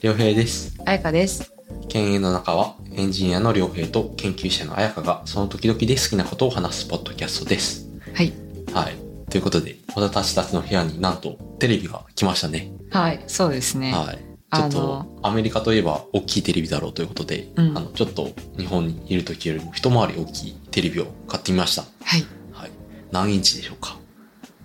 良平です。あやかです。犬猿の中はエンジニアの良平と研究者の彩香がその時々で好きなことを話すポッドキャストです。はい。はい。ということで、私たちの部屋になんとテレビが来ましたね。はい、そうですね。はい。ちょっあとアメリカといえば大きいテレビだろうということで、うんあのちょっと日本にいる時よりも一回り大きいテレビを買ってみました。はい。はい。何インチでしょうか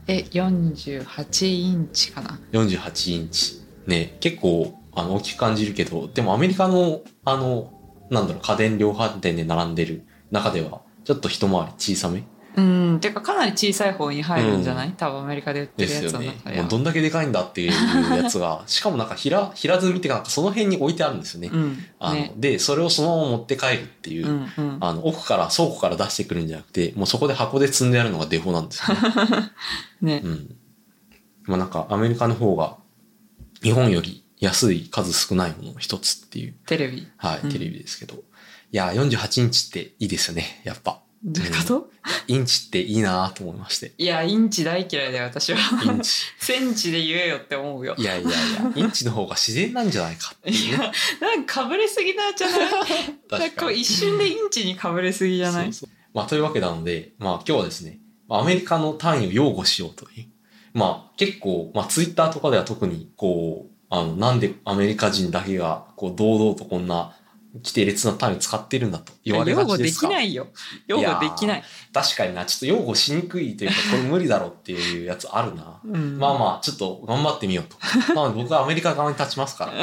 え、48インチかな。 48インチ。ね、結構、あの、大きく感じるけど、でもアメリカの、あの、なんだろう、家電量販店で並んでる中では、ちょっと一回り小さめうん、てかかなり小さい方に入るんじゃない、多分アメリカで売ってでるすやよつのね中。でもは。うどんだけでかいんだっていうやつ が、しかもなんか平、平積みっていうか、なんかその辺に置いてあるんですよね。うん。あの、ね。で、それをそのまま持って帰るっていうう、んうん。あの、奥から、倉庫から出してくるんじゃなくて、もうそこで箱で積んであるのがデフォなんです よね。ね。うん。まあなんか、アメリカの方が、日本より安い数少ないものの一つっていうテレビ。はい、うんテレビですけど。いやー、48インチっていいですよね、やっぱ。どういうこと、インチっていいなーと思いまして。いや、インチ大嫌いだよ、私インは。チ。センチで言えよって思うよい。やいやい や、インチの方が自然なんじゃないかっていいうね。や、なんか被れすぎなじゃないなん確かこかうに。一瞬でインチに被れすぎじゃないそうそうまあ、というわけなので、まあ今日はですね、まあアメリカの単位を擁護しようという。まあ結構、まあツイッターとかでは特に、こう、あの、なんでアメリカ人だけが、こう、堂々とこんな、規定列な単位を使ってるんだと言われが擁ち護でですがきないよ。擁護できない。確かにな、ちょっと擁護しにくいというか、これ無理だろうっていうやつあるな。うんまあまあ、ちょっと頑張ってみよう と。なので僕はアメリカ側に立ちますから。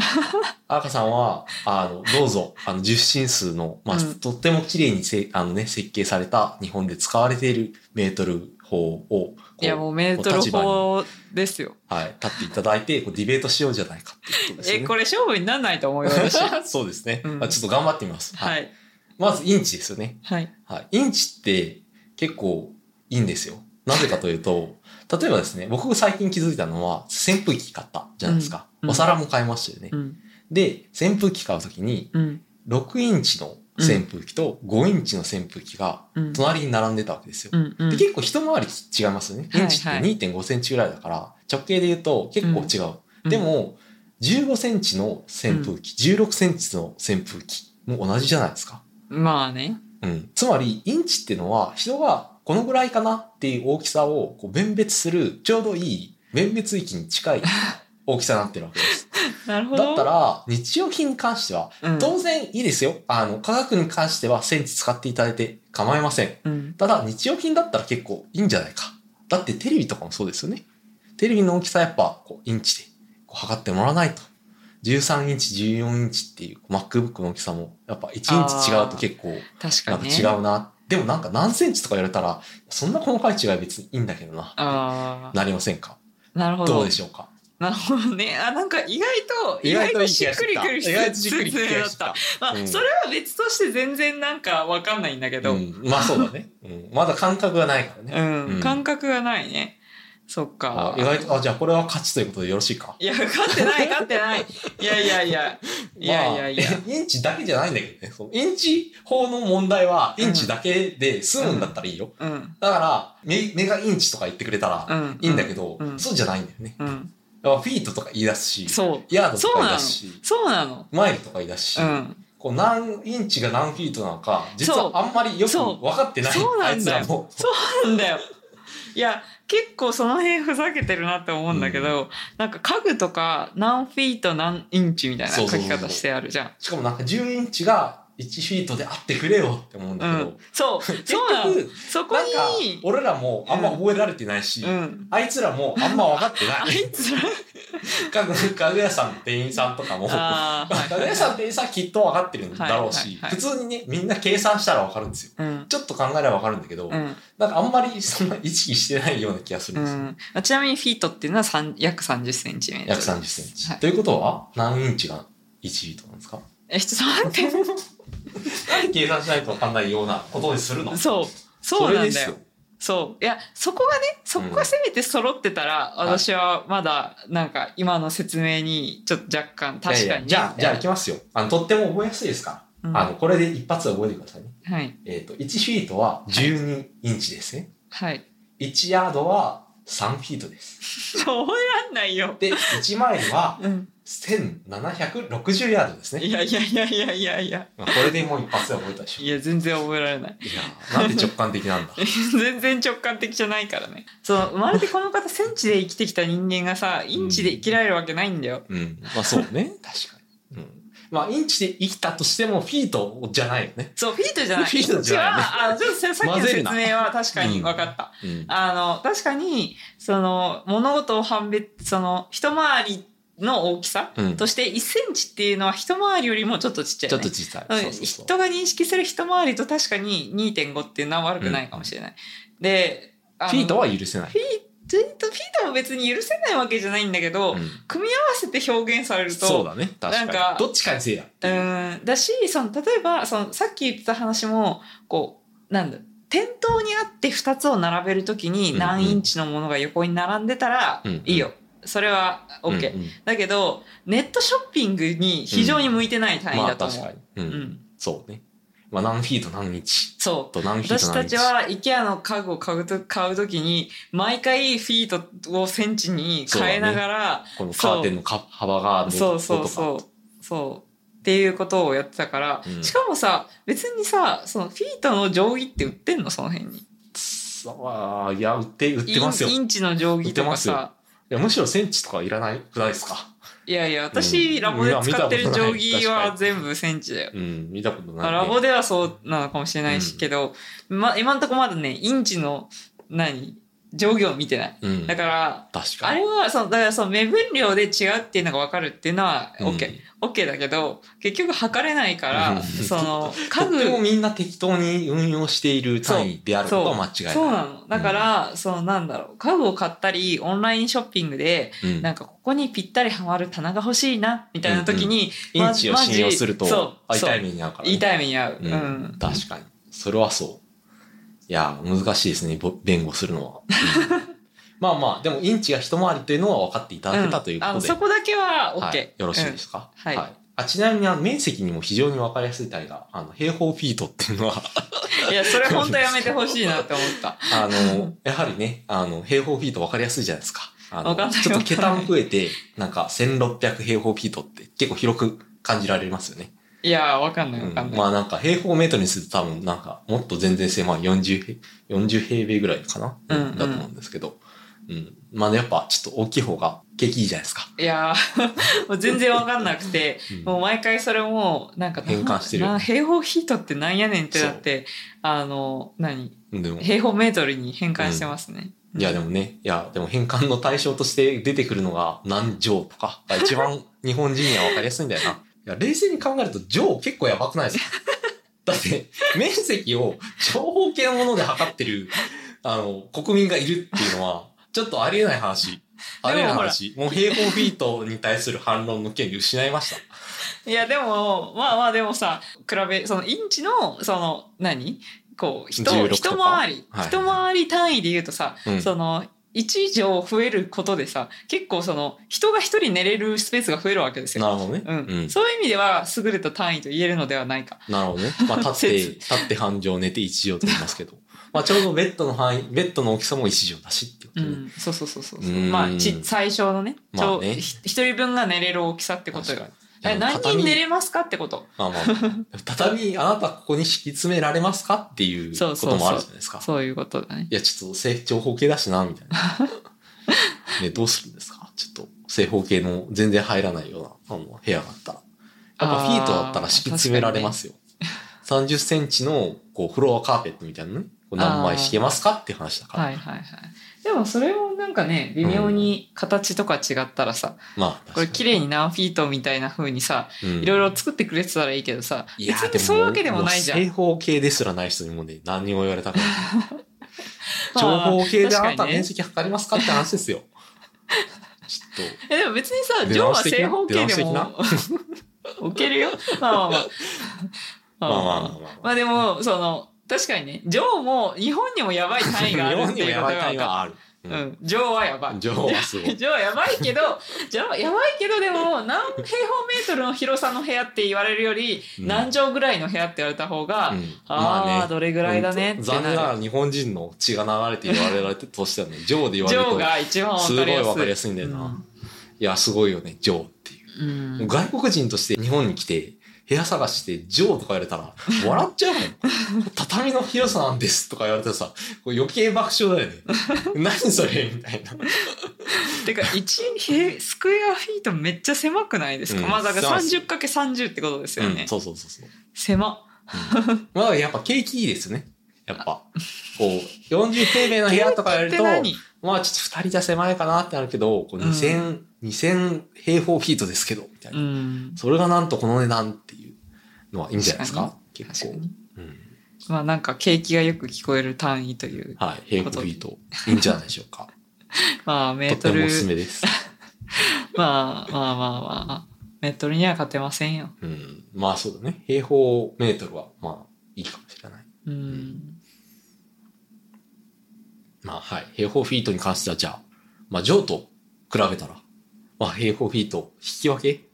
赤さんは、あの、どうぞ、あの、受信数の、まあ、うんとっても綺麗にせ、あのね、設計された日本で使われているメートル法を、こういや、もうメートル法ですよ。はい、立っていただいて、こうディベートしようじゃないかっていうことですよえ、ね。これ勝負にならないと 思うよ、私。はそうですね、うんまあちょっと頑張ってみます。はい。い。まず、インチですよね。はい。はい、インチって結構いいんですよ。なぜかというと、 例えばですね、僕が最近気づいたのは、扇風機買ったじゃないですか。うんうんお皿も買いましたよね。うん。で、扇風機買うときに、うん。 6インチの扇風機と5インチの扇風機がうん。隣に並んでたわけですよ。うん。うんで結構一回り違いますよね。はいインチってはい2.5センチぐらいだから、直径で言うと結構違う。で、も、15センチの扇風機、16センチの扇風機も同じじゃないですか。うんまあね。うん、つまりインチっていうのは人がこのぐらいかなっていう大きさをこう弁別するちょうどいい弁別域に 近い大きさになってるわけです。なるほど。だったら日用品に関してはうん、当然いいですよ。あの科学に関してはセンチ使っていただいて構いません。うん。ただ日用品だったら結構いいんじゃないか。だってテレビとかもそうですよね。テレビの大きさやっぱこうインチでこう測ってもらわないと。13インチ、14インチっていう MacBook の大きさもやっぱ1インチ違うと結構確なかんにかね。違うな。でもなんか何センチとか言われたら、そんな細かい違いは別にいいんだけどな。あなりませんかあ。なるほど。どうでしょうかなるほどね。あ、なんか意外と、意外といいし気がっしてくりきくた。る意外とじっくりき説明だがっしたた。。まうあ、んそれは別として全然なんかわかんないんだけうど、ん、まあそうだね。うん、まだ感覚がないからね。ううんん。感覚がないね。そっあか。意外と、あ、じゃあこれは勝ちということでよろしいかいや、勝ってない、勝ってない。いやいや いや。いやいやいや。まあ インチだけじゃないんだけどね。そのインチ法の問題は、インチだけで済むんだったらいいよ。うん。だから、メメガインチとか言ってくれたうらん。いいんだけど、うんそうじゃないんだよね。うん。やっぱフィートとか言い出すし、そう。ヤードとか言い出すし、そうなの。マイルとか言い出すし、うん。こう何インチが何フィートなのか実そうはあんまりよくそう分かってないそうあないんつだよらもそうなんだよ。いや、結構その辺ふざけてるなって思うんだけど、なんか家具とか何フィート何インチみたいなそう書そうそうき方してあるじゃん。しかもなんか10インチが1フィートであってくれよって思うんうだけど、ん。そう。 結そうなの。局そこなんかに、俺らもあんま覚えられてないし、うん。あいつらもあんま分かって あないいつら、家具家具屋さんの店員さんとかも家ああ、具は屋い。さんの店員さんはきっと分かってるんだろうし、はいはいはい普通にねみんな計算したら分かるんですようん。ちょっと考えれば分かるんだけど、うんなんかあんまりそんな意識してないような気がするうんですよ、ん、あちなみにフィートっていうのは三約30センチメートル約30センチ、はいということは何インチが1フィートなんですかえちょっと待っ何計算しないと分かんないようなことにするのてそうそうれなんでだすよそういやそこがねそこがせめて揃ってたら、ん私はまだなんか今の説明にちょっと若干いや確いかやにねじゃあ、じゃあ、いきますよ。あの、とっても覚えやすいですから。うんあの、これで一発で覚えてくださいね。はいえっ、と、1フィートは12インチですね。はい1ヤードは3フィートです。そうやんないよ。で、1マイルはうん。 1760ヤードですね。いやいやいやいやいやいや。まあ、これでもう一発で覚えたでしょ。いや、全然覚えられない。いやー、なんで直感的なんだ。全然直感的じゃないからね。その、生まれてこの方、センチで生きてきた人間がさ、インチで生きられるわけないんだよ。うん。まあそうね。確かに。うん。まあ、インチで生きたとしても、フィートじゃないよね。そう、フィートじゃない。フィートじゃないね違うあ、ちょっとさっきの混ぜ説るな明は確かに分かった。うん。あの、確かに、その、物事を判別、その、一回りの大きさうんとして、1センチっていうのは一回りよりもちょっとちっちゃい、ちょね。っと小さい。うんそうそうそう。人が認識する一回りと確かに2.5っていうのは悪くないかもしれない。で、あのフィートは許せない。フィート、フィートも別に許せないわけじゃないんだけど、うん組み合わせて表現されると、そうだね。確かに。なんかどっちかにせいやってういう。んだしその例えばそのさっき言ってた話もこうなんだ店頭にあって2つを並べるときうんにうん何インチのものが横に並んでたらうんうんいいよ、それは OK、うんうんだけどネットショッピングに非常に向いてない単位まだあと思う、確かに。うん。うんそうね。まあ何フィート何日そうと何フィー私トた何日。ちは IKEA の家具を買うと買うときに毎回フィートをセンチに変えながらこのカーテンのか幅がどそううそうとか。そうそうっていうことをやってたから、うんしかもさ別にさそのフィートの定規って売ってんのその辺にそうああ、いや、売って、売ってますよ。インイいンチの定規とか売ってさや、むしろセンチとかいらないくないですか。いやいや私、うんラボで使っている定や見規たことない確かはに全部センチだようん、見たことない、ね。ラボではそうなのかもしれないし、うんけど、ま、今んとこまだねインチの何定規を見てないうん。だから、確あかに。れはそのだからその目分量で違うっていうのが分かるっていうのは OKOK、うん OK だけど結局測れないから、うん その家家具具もみんな適当に運用している単位であることは間違いない。そうなの。だから、そのなんだろう、家具を買ったり、オンラインショッピングで、うんなんかここにぴったりはまる棚が欲しいな、みたいな時に、イまンチを信用するマジと、そうあ痛い目に遭うから、ね。痛い目に遭う。う。うんん、確かに。それはそう。いや、難しいですね、ぼ弁護する のは。まあまあ、でも、インチが一回りというのは分かっていただけたというこあとので、そこだけは OK。はい、よろしいですか、うんはいあちなみにあの、面積にも非常に分かりやすい単位が、あの平方フィートっていうのは、うんいや、それ本当やめてほしいなって思 った。あの、やはりね、あの、平方フィート分かりやすいじゃないですか。あのわかんないちょっと桁も増えて、なんか1600平方フィートって結構広く感じられますよね。いや、わかんないわかんない。まあなんか平方メートルにすると多分なんかもっと全然狭い40平、40平米ぐらいかな、うんうんだと思うんですけど。うん。まあねやっぱちょっと大きい方が景気いいじゃないですか。いや ーもう全然わかんなくて、うんもう毎回それもなんか変換してるな平方ヒートってなんやねんってなってあの何でも、い平方メートルに変換してますね、やでもね、いやでも変換の対象として出てくるのが何乗とかが一番日本人には分かりやすいんだよな。いや冷静に考えると乗結構やばくないですかだって面積を長方形のもので測ってる、あの、国民がいるっていうのは、ちょっとありえない話。ありえない話。もう平方フィートに対する反論の権利失いました。いやでもまあまあでもさ比べそのインチのその何こう一16とか一回り、はい一回り単位で言うとさ、うんその1以上増えることでさ結構その人が一人寝れるスペースが増えるわけですよ。なるほどね。うんそういう意味では優れた単位と言えるのではないか。なるほどね。まあ、立って、立って半畳、寝て一畳と言いますけど。まあ、ちょうどベッドの範囲、ベッドの大きさも一畳だしっていうこうとで。ん、そうそうそうそうう。んまあち最小のね、まあねちょひ一人分が寝れる大きさってこと確よか。にえ何人寝れますかってこと。まあまあ、畳、あなたここに敷き詰められますかっていうそこうそうそうともあるじゃないですか。そういうことだね。いや、ちょっと正長方形だしな、みたいな。 ね、どうするんですかちょっと正方形の全然入らないようなあの部屋があったら。やっぱフィートだったら敷き詰められますよ。30センチのこうフロアカーペットみたいなね、こう何枚敷けますかっていう話だから。はいはいはい。でもそれもなんかね微妙に形とか違ったらさ、まあ、これ綺麗に何フィートみたいな風にさ、いいろいろ作ってくれてたらいいけどさ、い別やにそういうわけでもないじゃん。正方形ですらない人にもね、何を言われたか。長まあ方形であ確かなにたね面積測りますかって話です よ。ちょっと。えでも別にさ、出上直はしてきな正方形でも出直 置けるよ。まあまあまあ。まあ まあままああまあまあ。まあ、まあでもその確かにね、上も日本にもやばい単位があるっていう日本にもことがやばい単位分かっはある。ううんん。ジョーはやばい。 ジョーはすごいジョーやばいけど、ジョーやばいけど、でも、何平方メートルの広さの部屋って言われるより、うん何畳ぐらいの部屋って言われた方が、うんあー、まあねどれぐらいだねって残念ながならる。日本人の血が流れて言われられてとしてはね、ジョーで言わジれョるーと、が一番わすかごりいやすい。わかりやすいんだよな。いや、すごいよね、ジョーっていう。うん。もううん外国人として日本に来て、部屋探して、ジョーとか言われたら、笑っちゃう もん。畳の広さなんですとか言われたらさ、こう余計爆笑だよね。何それみたいな。てか1平スクエアフィートめっちゃ狭くないですか、うんまあだからそう 30×30 ってことですよね、うん、そうそうそうそう。狭まあ、やっぱ景気いいですね。やっぱ。こう、40平 米の部屋とかやるってと、何まあ、ちょっと2人じゃ狭いかなってなるけど、こううん2000、2000平方フィートですけど、みたいうな。んそれがなんとこの値段っていうのはいいんじゃないですか結確構か。にうん。まあなんか景気がよく聞こえる単位というはい。平方フィート。いいんじゃないでしょう か。まあメとーってトもルおすすめです。まあまあまあまあメートルには勝てませんようん。まあそうだね。平方メートルは、まあ、いいかもしれない。うん、まあはい。平方フィートに関しては、じゃあ、まあ、ジョーと比べたら、まあ、平方フィート引き分け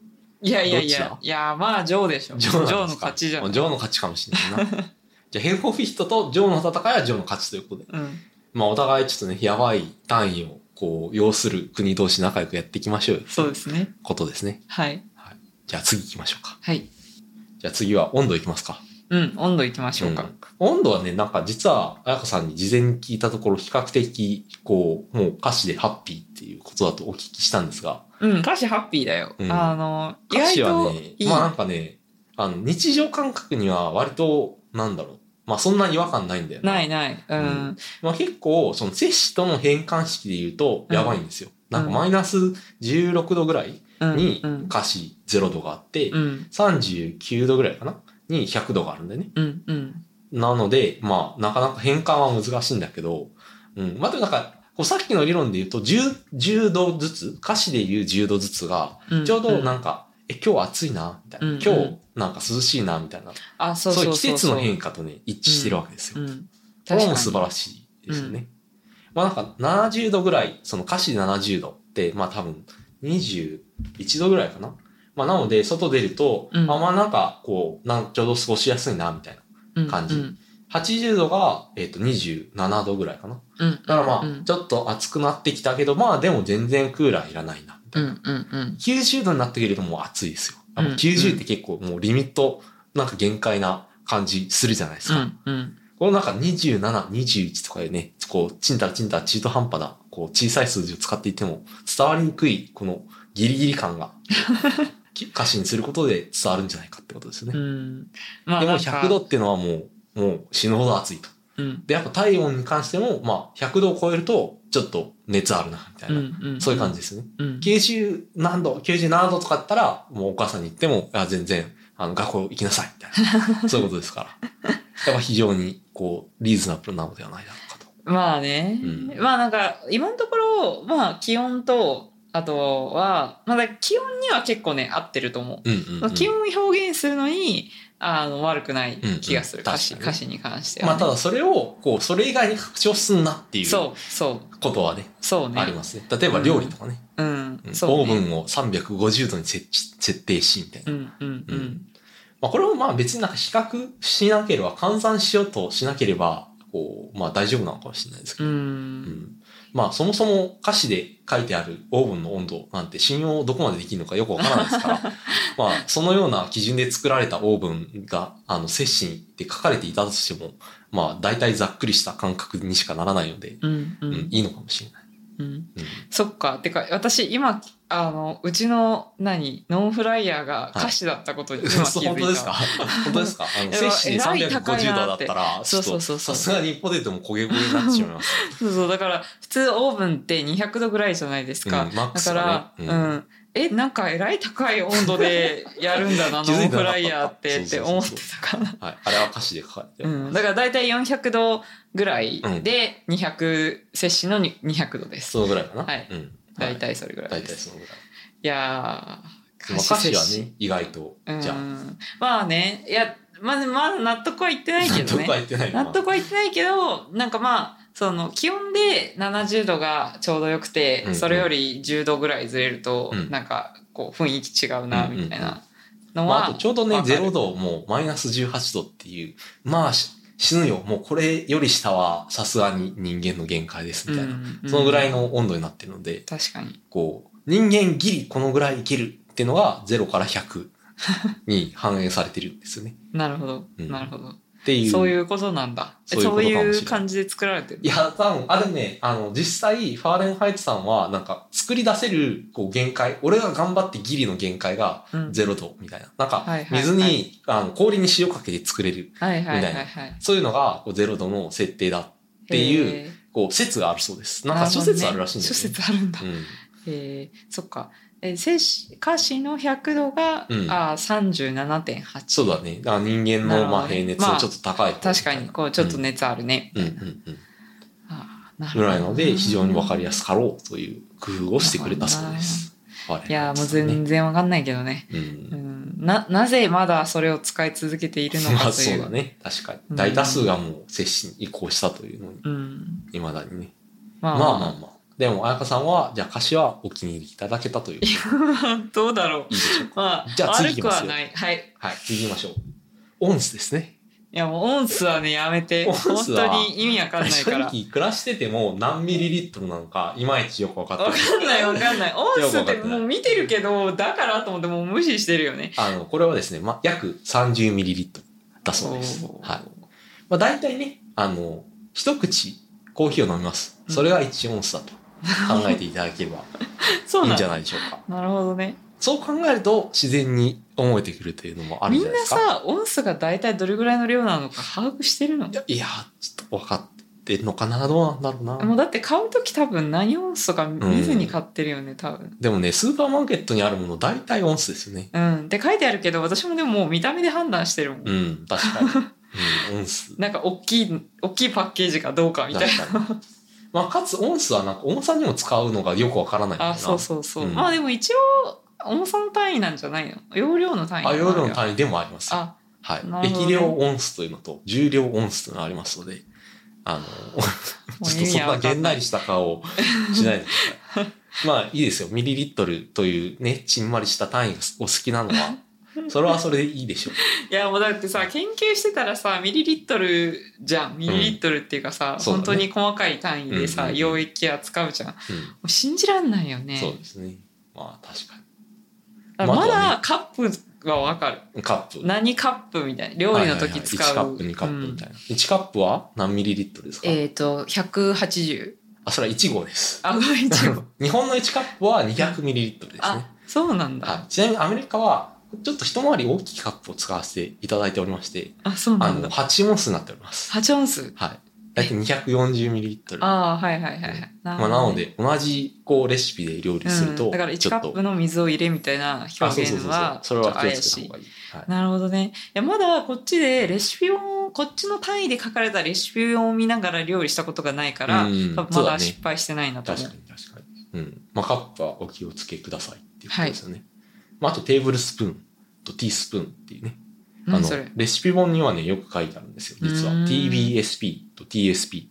いやいやどいっやちだいやまあジョーでしょジジョョーなんですかーの勝ちじゃん、ジョーの勝ちかもしれないな。 じゃあ、平方フィートとジョーの戦いはジョーの勝ちということで。うん、まあ、お互いちょっとね、やばい単位を、こう、要する国同士仲良くやっていきましょうよ。そうですねことですね。はいじゃあ、次行きましょうか。はいじゃあ、次は温度いきますか。うん温度いきましょうか、温度はね、なんか実は、彩香さんに事前に聞いたところ、比較的、こう、もう歌詞でハッピーっていうことだとお聞きしたんですが、うん、歌詞ハッピーだよ。うんあの、意歌外詞はとねい、い。まあなんかね、あの、日常感覚には割と、なんだろう。まあそんなに違和感ないんだよな。ないない。う。うんまあ結構、その、摂氏との変換式で言うと、やばいんですよ。なんかマイナス16度ぐらいうん。にうん。歌詞0度があって、うん。 39度ぐらいかなに100度があるんだよね。うん。うん。なので、まあ、なかなか変換は難しいんだけど、うん。まあ、でもなんか、こうさっきの理論で言うと、10、10度ずつ、歌詞で言う10度ずつが、うんちょうどなんか、え、今日暑いな、みたいな。うん今日なんか涼しいな、みたいな。あ、そうそういそうう季そう。節の変化とね、一致してるわけですよ。うん。これも確素か晴らしいですよね。まあなんか70度ぐらい、その歌詞で70度って、まあ多分21度ぐらいかな。まあなので、外出ると、うんあまあなんかこう、なんちょうど過ごしやすいな、みたいな。に感じうんうん80度が、えっ、と、27度ぐらいかな。うん。だからまあ、うんちょっと暑くなってきたけど、まあでも全然クーラーいらないな。みたういんなうんうん。 90度になってくるともう暑いですよ。うん90って結構もうリミット、なんか限界な感じするじゃないですうか。んうん。このなんか27、21とかでね、こう、ちんたらちんたら中途半端な、こう、小さい数字を使っていても伝わりにくい、このギリギリ感が、 き歌詞にすることで伝わるんじゃないかってことですようね。ん。までもなんか100度っていうのはもう、もう死ぬほど暑いと。うん。で、やっぱ体温に関しても、まあ、100度を超えると、ちょっと熱あるな、みたいうんな。うん。そういう感じですね。うん。 90何度、97度とかだったら、もうお母さんに言っても、あ全然、あの、学校行きなさい、みたい な。そういうことですから。やっぱ非常に、こう、リーズナブルなのではないだろうかと。まあね、うんまあなんか今のところまあ気温とあとはまあだから気温には結構ね合ってると思う。うんうん、うん。気温を表現するのにあの悪くない気がする、うんうん歌詞確か歌に詞に関しては、まあ、ねただそれを、こう、それ以外に拡張すんなっていうそうそうことはね、そうねありますね。例えば料理とかね、うんうんそうオねーブンを350度に設置設定し、みたいなう。んうんううんんまあ、これもまあ別になんか比較しなければ、換算しようとしなければ、こう、まあ大丈夫なのかもしれないですけうど。うんんまあそもそも歌詞で書いてあるオーブンの温度なんて信用どこまでできるのかよくわからないです から、まあそのような基準で作られたオーブンが、あの、摂氏で書かれていたとしても、まあ大体ざっくりした感覚にしかならないので、うんううんんいいのかもしれない。うんうんそっかてか私今あのうちの何ノンフライヤーが歌詞だったことに今気づいた、嘘 本当です か本当ですかあの、いや摂氏でえらい高い350な度だっってたら、ちそょうっそうとそうそさうすがにポテトも焦げ焦げになってしまいます。そうそうだから普通オーブンって200度ぐらいじゃないですか、うんマックだスかはら、ねうんえなんかえらい高い温度でやるんだ な気ノづンいてなかったフライヤーってって思ってたからはい、あれは歌詞で書かれてる。うん、だから大体400度ぐらいで200、摂氏のに200度です。そのぐらいかな。はいうん。大体それぐらい大で体す。そのぐらい。いやー、まあ歌詞はね、意外と摂氏、じゃうあ、んまあね、いや、まだまだ納得はいってない納けど得ねは。言ってないか納な。得はいってないけどなんかまあその気温で70度がちょうどよくて、うんうんそれより10度ぐらいずれると、うんなんかこう雰囲気違うなみたいなのまは、あ、あとちょうどね、わかる0度、もうマイナス18度っていう、まあ、し死ぬよ。もうこれより下はさすがに人間の限界です、みたいな。うんうんそのぐらいの温度になってるので、確かにこう、人間ギリこのぐらいいけるっていうのが0から100に 反映されてるんですよね。なるほど、うんなるほどっていう。そういうことなんだえそういうことかそもしうれないいう感じで作られてるいや、多分、あ、でもね、あの、実際、ファーレンハイトさんは、なんか、作り出せる、こう、限界、俺が頑張ってギリの限界が、うん0度みたいな。なんかはい、はい水に、はあの氷に塩かけて作れる。はいはいみはたいいなはいっそういうのが、こう、0度の設定だっていう、こう、説があるそうです。なんか、諸説あるらしいんです諸よ、ね。説あるんだ、うん。えー、そっかえー摂氏華氏の100度が、うんあー37.8そうだね。だから人間なるの、ほどねまあ、平熱のちょっと高い方みたいな、確かにこうちょっと熱あるね、うん。うんうんうん。あーなるほぐどらいので、非常にわかりやすかろうという工夫をしてくれたそうです。いやーもう然全然わかんないけどね、うんうん、ななぜまだそれを使い続けている のまかあといそうう,、だね。確かうんに。大多数がもう接種に移行したというのに、うんいまだにね。ままああまあまあ。でも、彩香さんは、じゃあ歌詞はお気に入りいただけたという。いいでどうだろうしょうか。まあじゃあ次行悪きくますはよないはいいはい、次行きましょう。オンスですね。やもうオンスはねやめてオンスは本当に意味わかんない正からわ直、暮らしてても何ミリリットルなのか、いまいちよく分かってない。かんないわかんないオンスっよくわてかってなもいう見てるけどだからと思ってもう無視してるよねあの、これはですね、まあ、約30ミリリットルだそうです。おーはい。まあ、大体ね、あの、一口コーヒーを飲みます。それが1オンスだと考えていただければ そういいなんんじだゃないでしょうか。なるほどねそう考えると自然に思えてくるというのもあるんみじゃんないでなすか。さオンスが大体どれぐらいの量なのか把握してるのいやいや、ちょっと分かってるのかなどうなんだろうもな。うだって買う時多分何オンスか見ずに買ってるよね、多分。でもね、スーパーマーケットにあるもの大体オンスですよね。うん、って書いてあるけど私もでももう見た目で判断してるもん、うん、確 かに。うん、オンス。なんか大きい大きいパッケージかどうかみ確たいなかに。まあ、かつオンスはなんか重さにも使うのがよくわからないんだよなあそうそうそう、うんまあでも一応重さの単位なんじゃないの容量の単位あ、容量の位単位でもありますよ。あはいな。るほどね液量オンスというのと重量オンスというのがありますので、 あの、もうちょっとそ意味んはな分かげんんなないりした顔をしないでください。まあいいですよ。ミリリットルというね、ちんまりした単位がお好きなのは、それはそれでいいでしょう。いやもうだってさ研究してたらさミリリットルじゃんミリリットルっていうかさ、そうだ本ね当に細かい単位でさ、うんうんうん溶液扱うじゃんもう信じらんないようん、ねそうですね。まあ確かだからままだカップは分かるに。カップ。何カップみたいな料理の時使う、はいはいはい1カップ、2カップみたうんいな。1カップは何ミリリットルですか、えっ、と180あ、それは1号です。あご めん一応日本の1カップは200ミリリットルですねあ。そうなんだ、はい、ちなみにアメリカは、ちょっと一回り大きいカップを使わせていただいておりまして、あそうあなんの、だ8オンスになっております。ハチョンスはい。大体240ミリリットル。ああはいはいはいはい、なまあ、なので、同じ、こう、レシピで料理するうと、ん、だから1カップの水を入れ表現はあそうそうそうそう。それは気を怪つけしいた方がいい。はい。なるほどねいやまだこっちでレシピをこっちの単位で書かれたレシピを見ながら料理したことがないから、うん多分まそうだだね失敗してないなと思確うかに確かに。うん。まあ、カップはお気をつけくださいっていうことですよね。まあ、あとテーブルスプーンとティースプーンっていうね。あ何のそれ、レシピ本にはね、よく書いてあるんですよ。実は。うーん TBSP と TSP。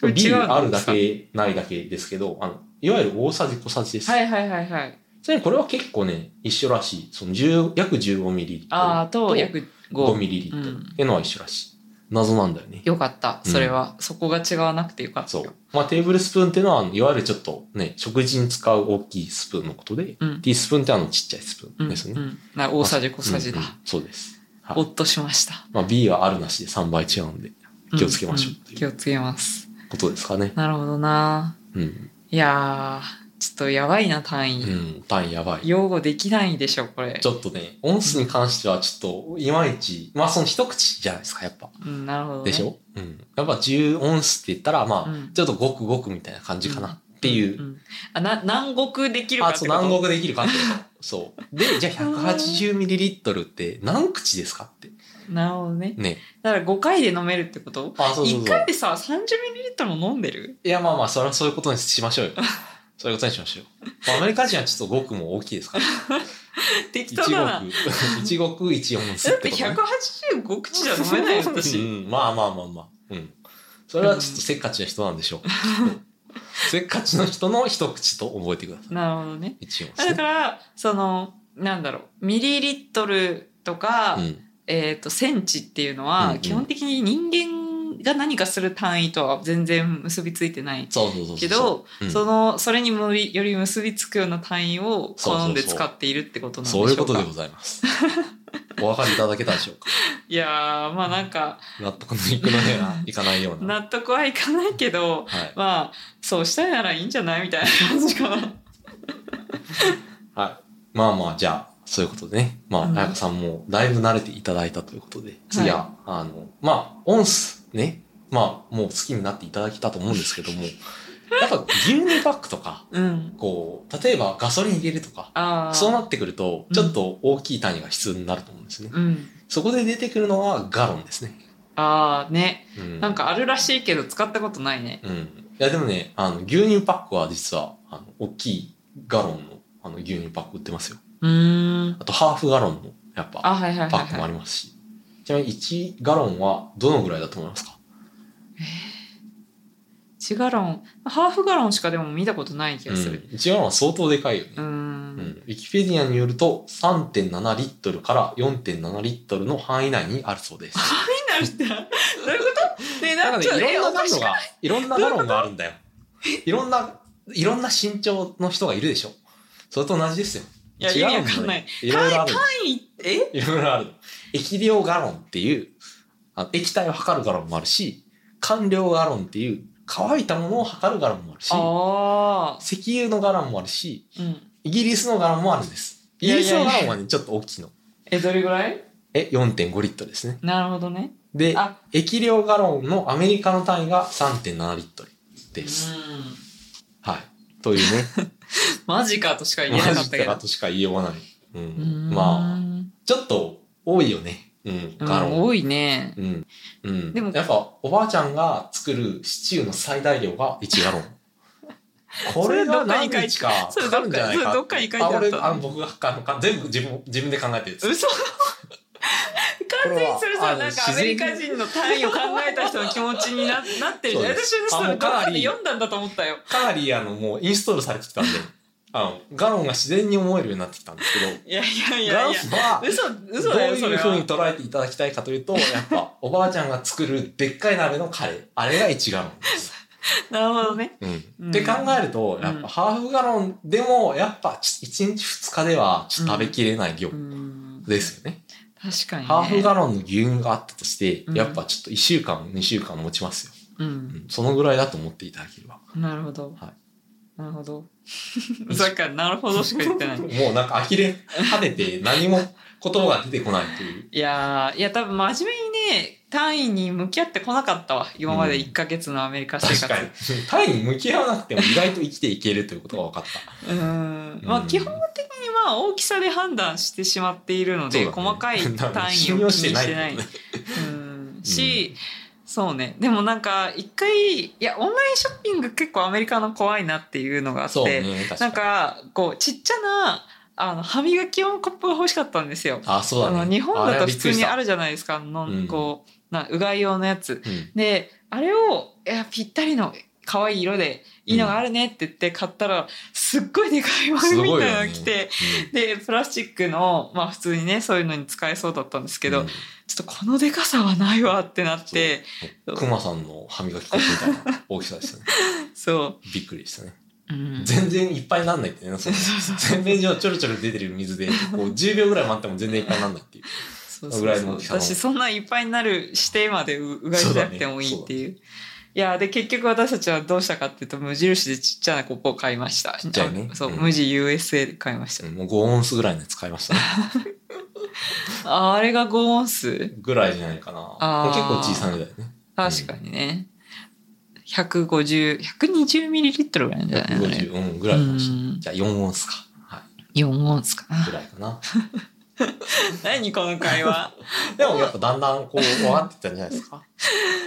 これ違うの B あるだけ、ないだけですけど、あの、いわゆる大さじ小さじです。はいはいはいはいちなみにこれは結構ね、一緒らしい。その10、約15ミリリットル。ああと約5 5ミリリットルうっんていうのは一緒らしい。謎なんだよね。よかったそれは、そこが違わなくてよかったそよう。まあテーブルスプーンっていうのは、いわゆるちょっとね、食事に使う大きいスプーンのことで、うんティースプーンってあのちっちゃいスプーンですね。うんうん、な大さじ小さじだ、うんうんそうです。はいおっとしましたまあ B はあるなしで3倍違うんで、気をつけましょうってん気いうをつけますことですかね。なるほどなうん。いやーちょっとやばいな単う位、ん、単位やばい。擁護できないでしょこれちょっとね、オンスに関してはちょっと、いまいち、まあその一口じゃないですか、やっぱ。うんなるほど、ね、でしょ、うん。やっぱ10オンスって言ったら、まあ、うんちょっとごくごくみたいな感じかなっていう。んんあな南国できるかあ、ってそう、こと南国できるかってこと。そう。で、じゃあ180ミリリットルって何口ですかって。なるほどねね。だから5回で飲めるってことあ、そうそう1そ回う。でさ 30ml も飲んでるいや、まあまあ、それはそういうことにしましょう よ。そういうことにしましょう。まあアメリカ人はちょっとごくも大きいですから。適一当だな国、一国一オンス だっってこてと、ね。 185 5口じゃ飲めないよう私ん、まあまあまあまあ。うん。それはちょっとせっかちな人なんでしょう。 せっかちの人の一口と覚えてください。 なるほどね一応であすだね。からそのなんだろうミリリットルとか、うん。えー、とセンチっていうのうんうはん基本的に人間が何かする単位とは全然結びついてないそうそうそうそう。けどうんそのそれにもりより結びつくような単位をそうそうそう好んで使っているってことなんでしょそううかいうことでござい ます。お分かりいただけたでしょうか。いやーまあなんか納得のいくのではいかないよ うな。納得はいかないけどはい。まあそうしたいならいいんじゃないみたいな感じかな。はい。まあまあ、じゃあ、そういうことでね。まうんあ、あやかさんもだいぶ慣れていただいたということで、次は、あの、まあ、オンスね。まあ、もう好きになっていただけたと思うんですけども、やっぱ牛乳パックとか、うん、こう、例えばガソリン入れるとか、あーそうなってくると、ちょっと大きい単位が必要になると思うんですね。うん、そこで出てくるのはガロンですね。あーねうん。なんかあるらしいけど使ったことないね。うん。いや、でもね、あの、牛乳パックは実は、あの、大きいガロンの、あの、牛乳パック売ってますよ。うーんあと、ハーフガロンの、やっぱ、あはいはいパはい、ックもあはいりますし。ちなみに1ガロンはどのぐらいだと思いますか1ガロンハーフガロンしかでも見たことない気うん、がする。 1ガロンは相当でかいよね。うーんうんウィキペディアによると3.7リットルから4.7リットルの範囲内にあるそうです。気になる ってどういうこと ねなんかなんね、かちょっといえろおんなかのしくが、いろんなガロンがあるんだよ。いろんな、いろんな身長の人がいるでしょ。それと同じですよ。いや一ガロンもね意味わかんないろいい。ろある。ないえいろいろある。液量ガロンっていう、あ液体を測るガロンもあるし、乾量ガロンっていう、乾いたものを測るガロンもあるし、ああ石油のガロンもあるし、うんイギリスのガロンもあるんです。イギいやいリやスいやのガロンはね、ちょっと大きいの。えどれぐらいえ、4.5リットルですね。なるほどね。であ、液量ガロンのアメリカの単位が3.7リットルうです。んはい。というね。マジかとしか 言えなかマっジたけどか。としか言いようがない。ううーん。んまあ、ちょっと多いよね。うん。うんガロン。多いね。うん。うん。でもやっぱ、おばあちゃんが作るシチューの最大量が1ガロン。 これが何日かそれかかどっるんかに書じゃないいそれか。どっかに書いてあった俺、あの僕があのか全部自分自分で考えてるやつ。嘘完全にそれこれはあさのなんかアメリカ人の単位を考えた人の気持ちにななってるじゃんそうです私はそあもれうかどっなかりで読んだんだと思ったよかなり、あの、もうインストールされてきたん で、あの、ガロンが自然に思えるようになってきたんですけど、いやいやいガやロいンやは、嘘ど嘘うだよいそうれふうはに捉えていただきたいかというと、やっぱ、おばあちゃんが作るでっかい鍋のカレー。あれが1ガロンです。なるほどねうんうんって考えると、やっうんぱハーフガロンでも、やっぱち1日2日ではちょっと食べきれない量うんですよね。確かにねハーフガロンの牛乳があったとしてう、んやっぱちょっと1週間、2週間持ちますよ。ううんんそのぐらいだと思っていただければ。なるほどはなるほどさっきからなるほどしか言ってない もうなんか呆れ果てて何も言葉が出てこないという。いやーいや多分真面目にね単位に向き合ってこなかったわ今まで1ヶ月のアメリカ生活確かに。タイに向き合わなくても意外と生きていけるということが分かった。うーんまうあん基本的にまあ大きさで判断してしまっているので、そうだね 細かい単位を気にしてない信用してないってこうんし、そうねでもなんか一回いやオンラインショッピング結構アメリカの怖いなっていうのがあって、そうね、確かなにん。かこうちっちゃなあの歯磨き用のコップが欲しかったんですよ。あ、そうだね。あの日本だと普通にある。るじゃないですかあの、うんこうなうがい用のやつ。うんであれをいやぴったりの可愛い色でいいのがあるねって言って買ったら、すっごいでかいワすンごいみよたいなねの来て、でプラスチックのまあ普通にねそういうのに使えそうだったんですけど、うんちょっとこのでかさはないわってなってクマさんの歯磨き粉みたいな大きさで したね。そうびっくりしたね。うん全然いっぱいになんないってね。そそうのそうそう洗面所ちょろちょろ出てる水で、こう10秒ぐ らい待っても全然いっぱいになんないっていう。そうそうぐらいの大きさの私そんないっぱいになる指定までううがいしなくてもいいっていう。いやで結局私たちはどうしたかっていうと無印でちっちゃなコップを買いました。ちっちゃいねあそう、うん無地 USA で買いました。うんもう5オンスぐらいのやつ買いましたね。ああれが5音数ぐらいじゃないかな。あーもう結構小さめだよね。確かにね。150、120ml ぐらいなんじゃないのね。 50、うん、ぐらいかもしれうない。んじゃあ4オンスか。は4オンスかい。ぐ な。らいかな。何この会話。でもやっぱだんだんこう分かってきたんじゃないですか。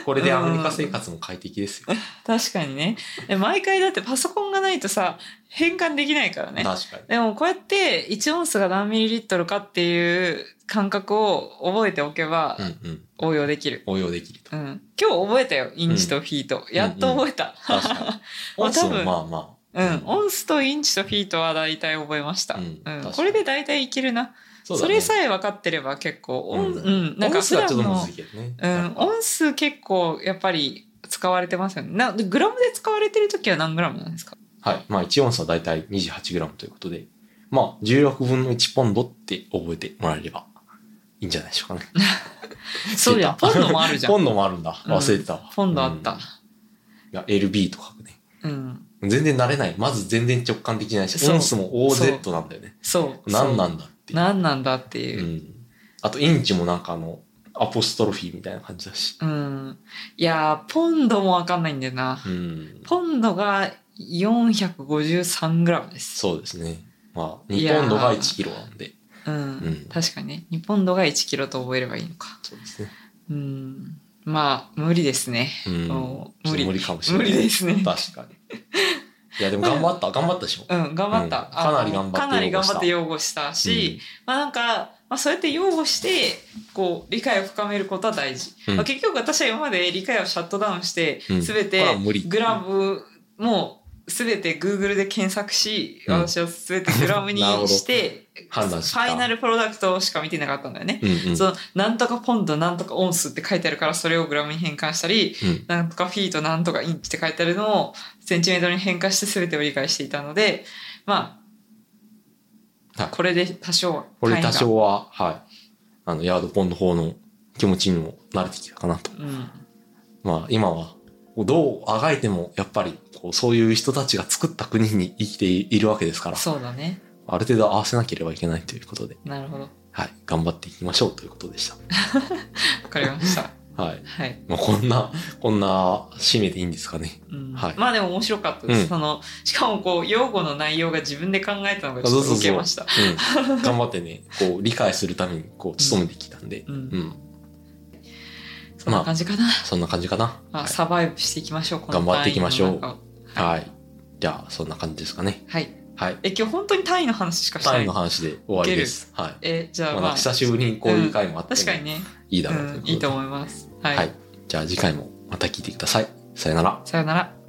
これでアメリカ生活も快適ですよ。 確かにね。え毎回だってパソコンがないとさ、変換できないからね。確かに。でもこうやって1オンスが何ミリリットルかっていう感覚を覚えておけばうんうん。応用できる。応用できると。うん。今日覚えたよ。インチとフィート。やっと覚えた。確かに。 オまあンスも多分まあまうあ。ん。オンスとインチとフィートは大体覚えました。ううんん確か。にこれで大体いけるな。そそだうねれさえ分かってれば結構、オン、ううんん、なんオかンス普はち段ょっとむのずい、けどね。うなんん、かオンス結構やっぱり使われてますよね。な、でグラムで使われてる時は何グラムなんですかはい。まあ1オンスはだいたい 28g ということで、まあ16分の1ポンドって覚えてもらえればいいんじゃないでしょうかね。そうじゃん。ポンドもあるじゃん。ポンドもあるんだ。忘れてたわ。ポンドあっうんたい。や、LB と書くね。うん。全然慣れない。まず全然直感できないし、そうオンスも OZ なんだよね。そう。何なだんだっていう。何なんだっていうう。ん。あと、インチもなんかあの、アポストロフィーみたいな感じだし。うん。いやー、ポンドもわかんないんだよな。うん。ポンドが453グラムです。そうですね。まあ、い2やーポンドが1キロなんで。うん。ん確かにね。2ポンドが1キロと覚えればいいのか。そうですね。うん。まあ、無理ですね。うん。もうちょっ無と理無理かもしれない。無理ですね確かに。いや、でも頑 張った。頑張ったでしょ。うん、頑張った。うんかなり頑張ってあのかなり擁護頑した張って擁護したし、まあなんか、まあ、そうやって擁護してこう理解を深めることは大事、うんまあ、結局私は今まで理解をシャットダウンして、うん全こてれは無理グラムも全て Google で検索し、うん私は全てグラム になるほどして判断したファイナルプロダクトしか見てなかったんだよね。うん。うんうん。そのなんとかポンドなんとかオンスって書いてあるからそれをグラムに変換したり、うんなんとかフィートなんとかインチって書いてあるのをセンチメートルに変化して全てを理解していたのでまあはいこれで多少はこれ単位が多少は、はい。あの、ヤードポンの方の気持ちにも慣れてきたかなと。うんまあ、今は、どうあがいても、やっぱり、こう、そういう人たちが作った国に生きているわけですから、そうだねある程度合わせなければいけないということで、なるほどはい。頑張っていきましょうということでしわかりましたた。はい。はい、まあ、こんな、こんな、締めでいいんですかね。うんはいまあでも面白かったです、うんそのしかもこう用語の内容が自分で考えたのがちそょうっそうと受そうけましたうん、頑張ってね、こう、理解するために、こう、努めてきたんで、ううんん。そんな感じかな、そんな感じかな。まあはいサバイブしていきましょうこの頑張っていきましょう単位の中をはい。じゃあ、そんな感じですかね。はいはい。え今日本当に単位の話しかしな単位いの話で終わりです。はい。えじゃあままあ、あ、久しぶりにこういう回もあっても確かにね、いいだろうといううんこ、いいとと思いますはで。い、はい。じゃあ次回もまた聞いてください。さよなら。さよなら